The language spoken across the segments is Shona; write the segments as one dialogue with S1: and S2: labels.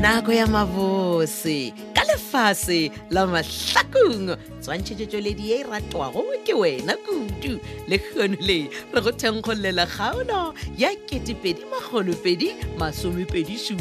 S1: nako ya mabose ka lefase la mahlakong tshwantšhetšetšoledi ye e ratwago ke wena kudu le kgono le re go thenkgolela kgaolo ya 2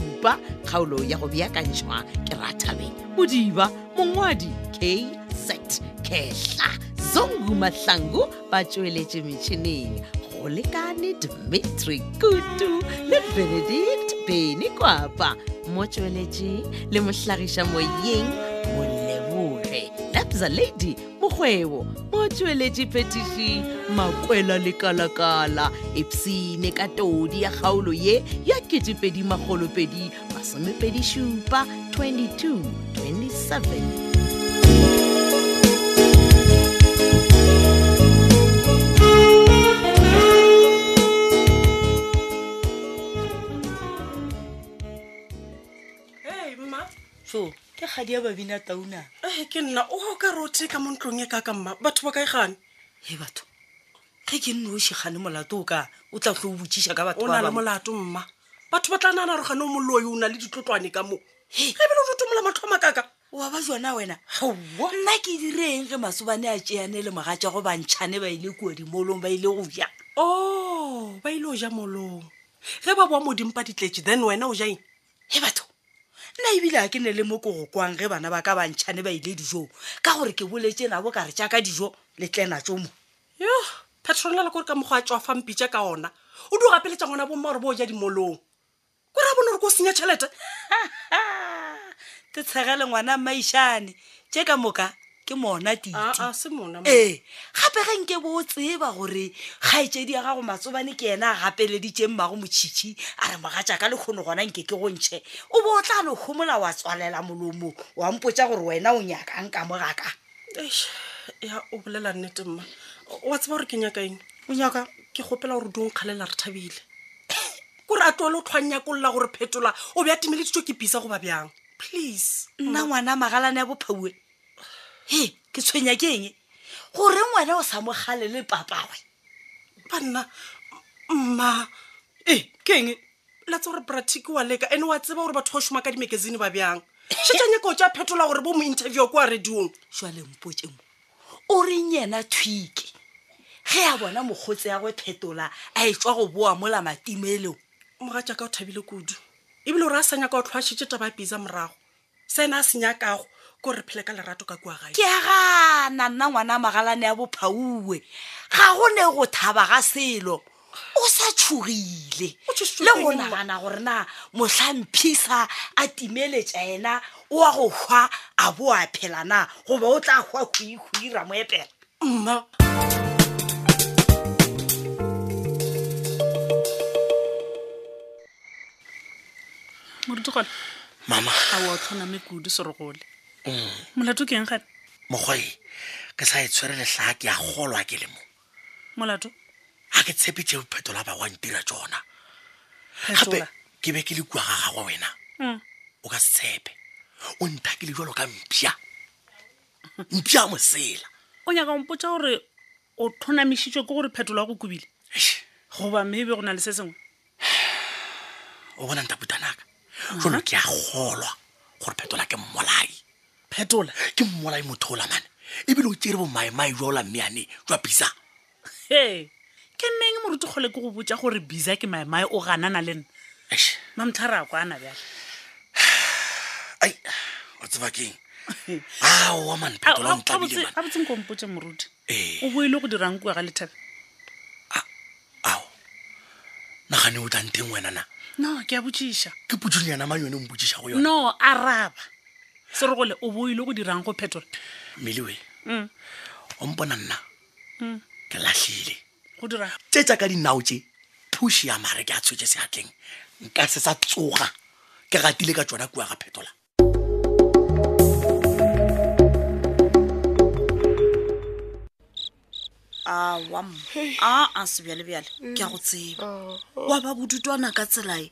S1: kgaolo ya go beakantšhwa ke rathabeng modiba mongwadi kset kehla zongu mahlangu ba tsweletše metšhineng go lekane dmitri kutu le benedict beny kwapa mo tsweletšeng le mohlagiša moyeng moleboge lapza lady mokgwebo mo tsweletše phetišing makwela le kalakala epsene ka todi ya kgaolo ye ya 2 masomepedišupa 22 27
S2: Hey, mma
S3: so ke kgadi ya babina tauna
S2: Eh, ke nna o ga o ka rote ka mo ntlong e kaka mma batho ba kae gane
S3: he batho ge ke nne o shegane molato o ka o tla tlo o botsiša ka batho
S2: o na
S3: ba
S2: le
S3: bangwe.
S2: molato mma batho ba tla nana rogane o moloi o na le ditlotlwane ka moo ge bele o rotomola matlho a makaka
S3: wa ba jona wena
S2: gaowa
S3: nna ke direng ge masobane a tšeane le mogatša go bantšhane ba ile kuodi molong ba ile go ja
S2: o Oh, ba ile o ja molong ge ba boa modimpa ditletse then wena o jaeng
S3: he batho nna ebile a ke ne le mo ko go kwang ge bana ba ka bantšhane ba ile dijong ka gore ke boletse nabo ka re jaaka dijo le tlena tso mo
S2: yo petrolela kore ka mokgwa a tswa fang pitša ka ona o di o gapeletsa ngwana bomma gore bo o ja dimolong kore a bone gore ko o senya tšhelete
S3: te tshegele ngwana maišane tše ka moka ke mona titi
S2: aa se mona mma.
S3: ee E, gape ge nke bo o tseba gore kgaetsedi ya gago matsobane ke ena a gapeleditšeng mago motšhitšhi a re mogatša ka lekgono gona nke ke go ntšhe o bo o tla no gomola wa tswalela molomo wa mpotsa gore wena o nyakang ka mogaka
S2: Eish, ya o bolela nnete mma O- wa tseba gore ke nyaka eng
S3: o nyaka
S2: ke gopela gore dong kgalela re thabile kore a tloele o tlhwannyakolla gore phetola o be a timeleditso ke bisa goba bjang please
S3: nna ngwana magalane ya bophauwe he ke tshwenya ke eng gore ngwana o sa mogale le papagwe
S2: banna m- mma ee ke eng latse gore bratiki wa leka ande wa tseba gore batho ba šoma ka dimagazine ba bjang šetšanyako tša phetola gore bo mo interview kwa radiong
S3: jwale mpotse mo o reng yena thwike ge a bona mokgotsi ya gwe phetola a e tswa go boa mola matimelong
S2: moga jaaka o thabile kudu ebile gore a sa nyaka o tlhwašitše taba bisa morago sa ene a se nyakago ke gore re phele ka lerato ka kua gae
S3: ke a gana nna ngwana magalane ya bophauwe ga go ne go thaba ga selo o sa tshogile
S2: O tshositswe
S3: le
S2: ke
S3: go
S2: eng, mma?
S3: nagana gore na motlhamphisa a timeletša ena o a go hwa a bo a phela na goba o tla hwa khuikhuira moepela
S2: mma
S4: morutugana
S5: mama
S4: a o a tlhoname kudu serogole molato ke eng gane
S5: mokgwae ke sa e tshwere letlhaa ke a golwa ke le mo
S4: molato
S5: ga ke tshepe tšeo phetola ba wantira tsona gape
S4: phetola
S5: ke be ke le kua ga gagwe wena
S4: Mm.
S5: o ka se tshepe o nthakile jalo ka mpša mpša mosela
S4: o nyaka mpotsa gore o tlhonamišitšwe ke gore phetola e go kubile
S5: Eish,
S4: goba maybe go na le se sengwe
S5: o bona ntaputanaka jalo ke a golwa gore phetola ke e mmolai
S4: phetola
S5: ke mmolai motho ola mane ebile o tsere bomaemae jwa ola mmeane jwa bisa
S4: he ke neng morutugole ke go botsa gore bisa ke maemae o ganana le nna
S5: Eish,
S4: mamthara a kwana bjale
S5: ai o tseba keng aowa mane phetola o ntlabile mane
S4: a botseng ko mpotse moruti
S5: ee
S4: o boile go dirang kua ga lethabe
S5: ao nagane o tlang teng wena na
S4: no ke a botsiša
S5: ke putsong yana mang yone o mpotsiša go yone
S4: no araba serogole o boile go dirang go phetola
S5: mmeleoe
S4: Mm,
S5: o mpona nna
S4: mm.
S5: ke latlhile
S4: go dira
S5: tse tsa ka dinao tse phuši ya mare ke a tshwetse seatleng nka se sa tsoga ke ratile ka tsona kua ga phetola
S3: awam aa sebjalebjale ke a go tseba wa ba bodutwana ka e. tselae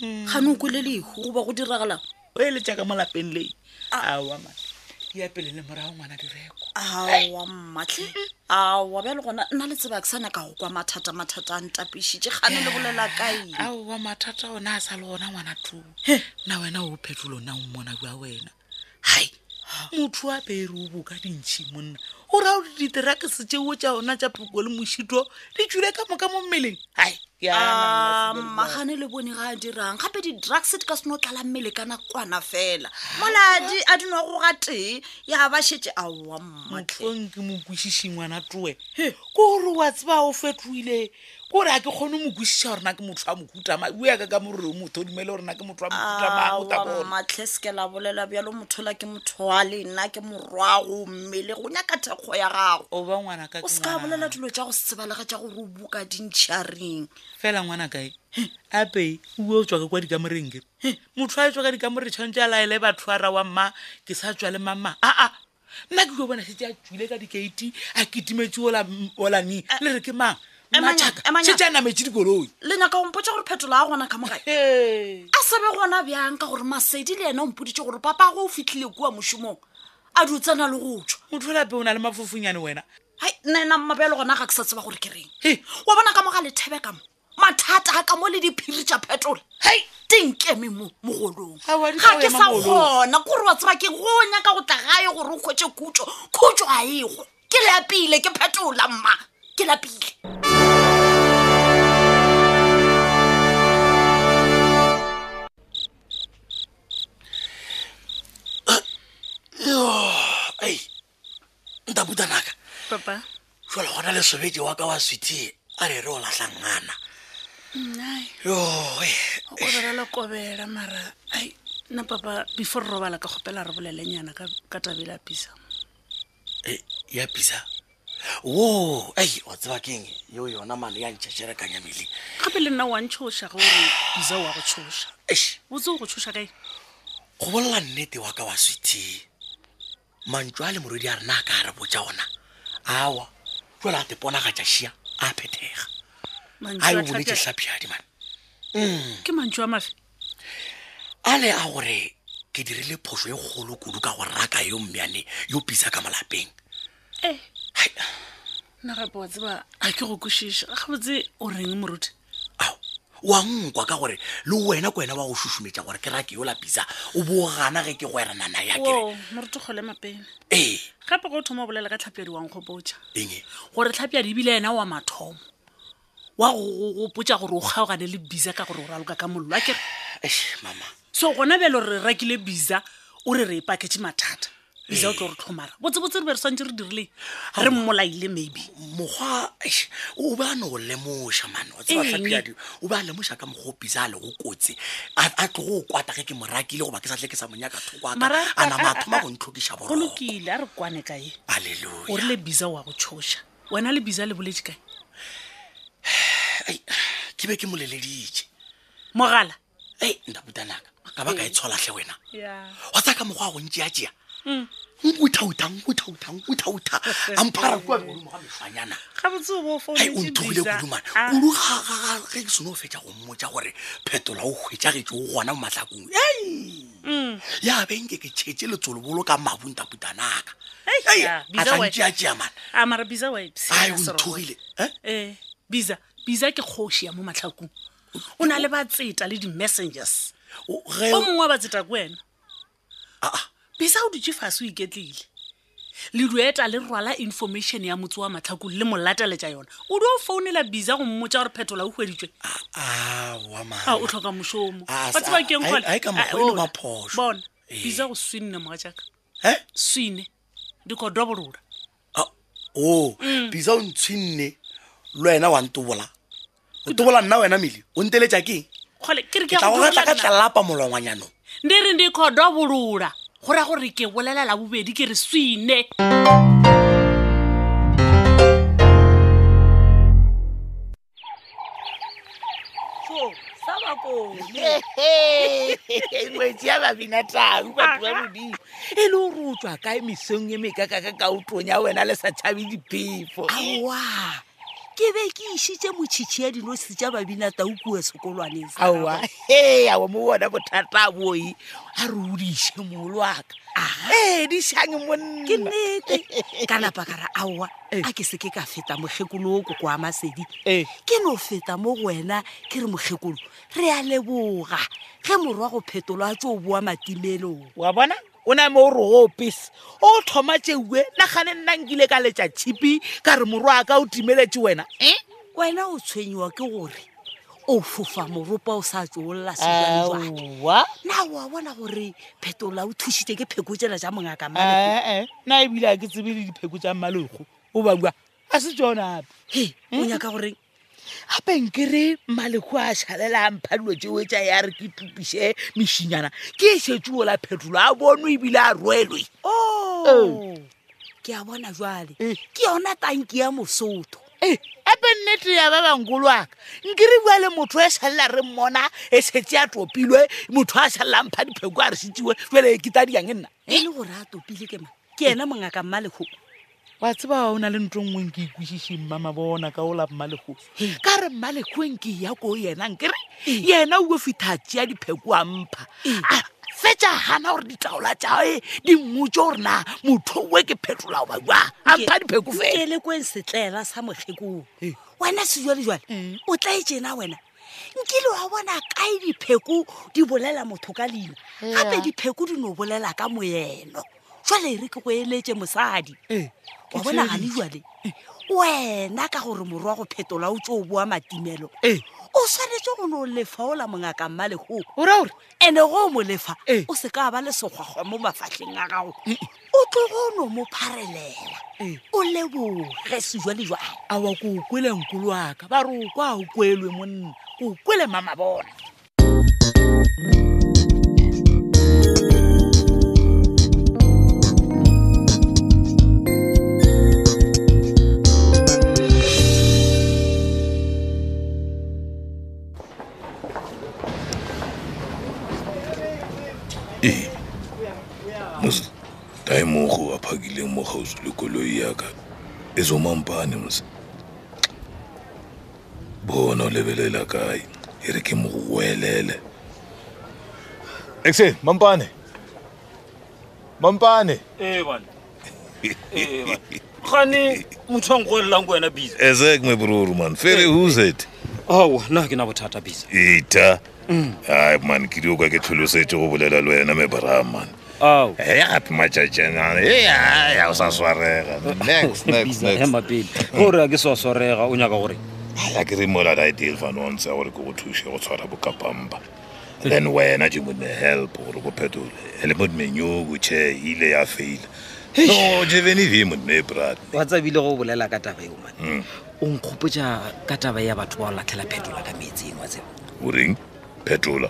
S3: gane o kwele lehu goba go diragalang
S6: o eletsa ka mo lapeng lei aowa mane
S2: e apele le morago ngwana direko
S5: Hmm.
S3: aowa mmatlhe aowa bjale gona nna le tseba ke sa nyaka go kwa mathata mathata a ntapišitše gane le bolela ka eng
S2: aowa mathata ona a sa le ona ngwana two na wena o phetolo na o mmona kwa wena hai motho a peere o boka dintšhi monna o raya gore diterakese tseo tša ona tša phoko le mošito di tswile ka moka mo mmeleng hai
S3: a mmagane le bone ga a dirang gape di-drugs di ka seno tlala mmele ka nakwana fela moladi a dinwa go ga tee ya ba šetse aowa mmatlhe
S2: motlong ke mo kwešiši ngwana toe ke gore wa tseba o fetoile ke gore a ke kgone ho mo kwešiša gore na ke motho a mokutama o ya ka ka morere o motho odimele gore na ke motho a mokutama
S3: Ah,
S2: o ta bona
S3: matlheskela bolela bjalo mothola ke motho wa lena ke morwago mmele go nyaka thekgo ya gago
S2: o ba ngwana ka
S3: o se ka bolela dilo tja go se tsebalega tja gore o buka dintšhareng
S2: fela ngwana kae ape uo tswa ka kwa dikamoreng ke motho a e tswa ka dikamore tshwanetse a laele batho a ra wa mma ke sa tswa le mama aa nna ke ko bona setse a tswile ka dikeiti a ketimetse olane le re ke mang
S3: Eh, Emanya-
S2: mmatšhaka
S3: Emanya-
S2: setse a nametse dikoloi
S3: le nyaka go mpotsa gore phetolo ya gona ka mogae
S2: ee
S3: a se be gona bjang ka gore masedi le ena o mpoditse gore papa go o fitlhile kua mošomong a di o tsena le go tswa
S2: motho o lape o na le mafofonyane wena
S3: hai nna ena mmabeelo gona ga ke sa tseba gore ke reng
S2: He.
S3: wa bona ka moga lethebe ka mo mathata a ka mo le diphiri tša phetola hai tenkeme mo mogolong
S2: Aowa, di tla
S3: ga ke
S2: ema
S3: sa
S2: mogolong.
S3: kgona kore wa tseba keng go o nyaka go tla gae gore o kgwetse khutso khutso a ego e ke lapile ke phetola mma ke lapile
S5: ei nta putanaka
S2: papa
S5: jalo gona lesobedi wa ka wa swithie a re re o latlangana
S2: nnae
S5: yoe
S2: o kobela la kobela mara ai nna papa before re robala ka gopela re bolelenyana ka ka tabela pisa
S5: e, ya pisa wo ei wa tseba keng yeo yona mane ya ntšhešerekanya mele
S2: gape le nna wa ntshoša gore bisa wa go tshoša
S5: eish
S2: botse o go tshoša kae
S5: go bolela nnete wa ka wa swithie mantso a le morwedi a rena a ka re botja ona awa jalo a teponagatša šia a phethega
S2: Mantšu
S5: a
S2: a
S5: e bonetse
S2: tlhapja-
S5: tlhapjadi mane
S2: ke mantso a mafe
S5: a le a gore ke dirile phoso e kgolo kudu ka go raka yo mmeane yo pisa ka malapeng
S2: ee
S5: hai
S2: Eh, nna gape wa tseba ga ke go kwešiša gabotse o reng moruti
S5: ao wa nkwa ka gore le wena ko wena wa go šušumetša gore ke rake yola pisa o boogana ge ke go eranana yakere
S2: o moruti kgole mapena
S5: ee
S2: gape go thoma o bolela ka tlhapjadi wa nkgopotša
S5: eng e?
S2: gore tlhapjadi ebile ena wa mathomo wa go- go go potša gore o kgaogane le bisa ka gore o raloka ka mollo akere
S5: Eish, mama
S2: so gona bjale re rekile bisa o re re e paketse mathata bisa o tlo re tlhomara botsebotse re be re swantse re dirileng re mmolaile maybe
S5: mokgwa eish, o be a no go lemoša mane wa tseba
S2: Eng?
S5: tlhapiadi o be a lemoša ka mokgwa o pisa a le go kotsi a a tlo go kwata ge ke mo rakile goba ke sa tle ke sa monyaka thoko aka
S2: Mara-
S5: a nama
S2: a-
S5: a
S2: a-
S5: thoma
S2: a-
S5: go ntlhokisa
S2: go
S5: boroko
S2: lokile a re kwane kae o
S5: aleluya
S2: rile bisa wa go tshoša wena le bisa le boletse kae
S5: ke be ke mo leleditše
S2: mogala
S5: ei ntaputanaka ka baka e tsholatlhe wena
S2: yeah.
S5: wa tsa ka mokgwa a go ntšeatšea nkuthauta nkuthauta nkuthauta a mphara kua godimo ga mefanyana
S2: gabotse o Ah. bo
S5: hai o nthogile kodumana
S2: 哎
S5: kudu gagaga ge ke sone o fetša go mmotša gore phetola o hwetšagetse o gona mo matlakong ei ya benke ke tšhetse letsolobolo ka mabuntaputanaka Ei, a tla ntšeatšea mana
S2: mara bisa
S3: 哎
S5: ai o nthogile Eh?
S2: ee bisa bisa ke kgoši ya mo matlhakong o na le batseta le di-messengers
S5: O- ge-
S2: o mongwe wa batseta ko wena
S5: Ah, ah.
S2: bisa o dutse fase o iketlile le dueta le rwala information ya motse wa matlhakong le mo lateletša yona o di o founela bisa go mmotsa gore phetola o hweditswe
S5: aowa
S2: a o
S5: mama
S2: tlhoka mošomo
S5: Ah,
S2: wa tseba
S5: sa-
S2: keng
S5: a-
S2: Kgole?
S5: a e ka
S2: Ah,
S5: mokgwa e le
S2: ona.
S5: maphošo.
S2: bona
S5: Ee.
S2: bisa go swinne moga jaaka
S5: Eh?
S2: swine dikodoborola
S5: Ah, o bisa o ntshwinne le wena wa ntobola o tobola nna wena mele o nteletša keng
S2: kgole ke re ke
S5: ke
S2: ya
S5: tla
S2: go
S5: go gatla
S2: dumelela
S5: ka
S2: nna.
S5: tlelapa molangwanyanong
S2: ndi re ndikodobolola go raya gore ke bolelela bobedi ke re swine
S3: sa bakone
S2: Ee.
S1: ngwetsi ya babina tau batho ba modimo e le gore o tswa kae mesong e mekakaka ka otong ya wena le sa tšhabe diphefo
S3: aowa ke be ke išitše motšhitšhi ya dinosi tša babinatau kua sekolwaneng sa
S4: aowa he awa mo bona bothata boi a re o diše moolwaka ee dišhange monna
S3: ke nnete ka napa kara aowa a ke se ke ka feta mokgekolo o ko kwa masedi
S4: Eh.
S3: ke no feta mo go wena ke re mokgekolo re a leboga ge morwa go phetolo a tso boa matimelong
S4: wa bona o na mo o re opise o thoma tseue nagane nna nkile ka letša tshipi ka re morwa a ka o timeletse wena e
S3: wena o tshwenyiwa ke gore o fofa moropa o sa tsoolola
S4: Eh,
S3: sejwanjwane
S4: aowa
S3: na wa bona gore phetola o thušitse ke pheko tsela ja mongaka mane
S4: ee nna Eh, ebile a ke tsebe le dipheko tša mmalego o babua a se tsona ape
S3: he o nyaka goreng
S4: gape nkere maleko a šhalela ampha dilo tseo tša ya re ke tupiše mešinyana ke šetseo la phetolo a bonwe ebile a rwelwe Oh.
S3: o ke a bona jale
S4: Eh.
S3: ke yona tanki ya mosotho
S4: ee ape nnete ya ba bangolwaka nkere bua le motho e šhalela re mmona e setse a topilwe motho a šhalela mpha dipheko a re šetsiwe jale ke tadiang e nna
S3: e le gore a topile ke ma ke ena mongaka mmalego
S4: wa tseba o na le ntho e ngweng ke ikwešišeng mama bona ka ola mmalego ka re mmalekgoeng ke ya ko yena nkere yena o fitha tšea dipheko a mpha a fetša gana gore ditaola tšae di mmotse gore na motho we ke phetola goba jwa a mpha dipheko
S3: ke
S4: fela Eh.
S3: le kweng setlela sa mokgekong
S4: Ee.
S3: wena
S4: Eh.
S3: sejwalejwale o tla e tsena wena nkile wa bona kae dipheko di bolela motho ka leina
S4: Eh,
S3: gape dipheko di no bolela ka moeno jwale re ke go eletse mosadi
S4: Eh,
S3: wa bona gane jwale wena ka gore morwa go phetola o tse o boa matimelo
S4: Ee.
S3: o tshwanetse go ne o lefa ola mongaka mmalego
S4: ora gore
S3: ande go o mo lefa
S4: Ee.
S3: o se ka ba le segwagwa mo mafatlheng a gago o tlogo no mo pharelela
S4: Ee.
S3: o leboge sejwalejwale
S4: a wa ko o kwele nkolo aka ba re o kwa a o kwelwe monna ko o kwele mama bona
S6: ee mose time go a phakileng mo gausi le koloi yaka e zomampane mose bona o lebelela kae e re ke mo go welele exe mampane mampane
S7: E, gane E, motho a nkgoelelang ko wena bisa
S6: ezek my broer e man fere who's it
S7: ao nna ke na bothata Mm. bisa
S6: eta ai man ke dio ka ke tlholosetse go bolela le wena mebram man
S7: ao
S6: e gape matšatšana e ya o sa swarega
S7: Eh,
S6: next next next
S7: ema pele gore a ke sa swarega o nyaka gore
S6: ya ke re molata e deal fanonse gore ke go thuse go tshwara bokapampa then wena je mone help gore go phetole element menyogo che ile ya faila no jeveni ve monne brat
S7: wa tsabile go bolela ka taba eo mane o nkgopotsa ka taba ya batho ba o latlhela phetola ka metseng wa tseba
S6: o reng phetola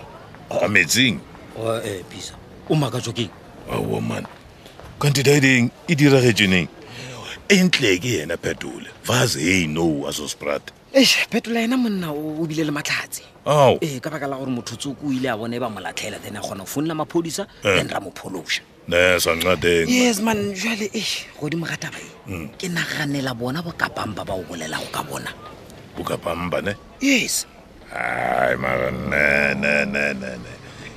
S6: ka metsing
S7: ee bisa o makatswa keng
S6: aowa man kantidideng e diragetseneng e ntle ke yena phetole vase e no asosbrat
S7: ee phetola ena monna o o bile le matlhatse
S6: ao
S7: ee ka baka la gore motho tsoko o ile a bone ba mo latlhela then a kgona go founela maphodisa then ra mo phološa
S6: Eh. ne sanxadeng
S7: yes man jale e godimo ga taba
S6: Hmm.
S7: e ke naganela bona bokapang ba ba o bolelago ka bona
S6: bokapampa ne
S7: yes
S6: ai mara ne ne ne ne ne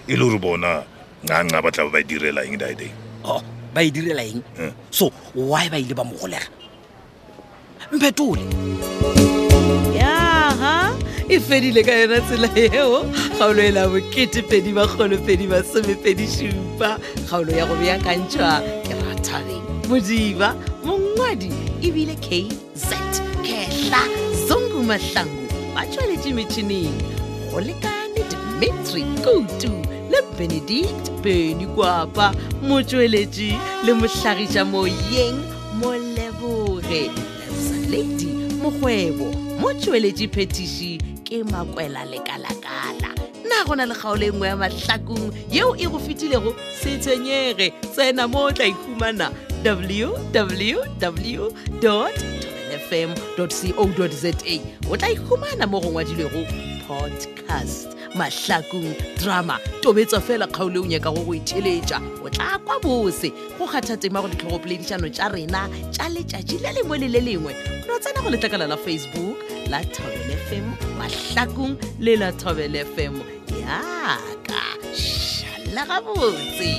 S6: e le gore bona nganxa ba tla ba ba direla eng dideng
S7: o ba e direla eng
S6: Mm.
S7: so why ba ile ba mo golega mphetole
S1: yaga e fedile ka yona tsela eo kgaolo e la boketepedi bagolopedi masomepedi šupa kgaolo ya go beakantšhwa ke rathabeng modiba mongwadi e ebile kz kehla zongu mahlangu ba tswaletše metšhineng go lekane dimitri kutu le benedict beny kwapa motsweletši le mohlagiša moyeng moleboge Absa lady mokgwebo mo tsweletše phetiši ke makwela lekala-kala na go na le kgaolo e nngwe ya mahlakong yeo e go fetilego se tshwenyege tsena mo o tla ikhumana www fm co za o tla ikhumana mo go ngwadilwego podcast mahlakong drama tobetsa fela kgaolo o nyaka go go itheletša o tla kwa bose go kgatha tema go ditlhogopoledišano tša rena tša letšatši le lengwe le le lengwe no tsena go letlakala la facebook la thobel fm mahlakong le la thobel fm yaka šhala gabotse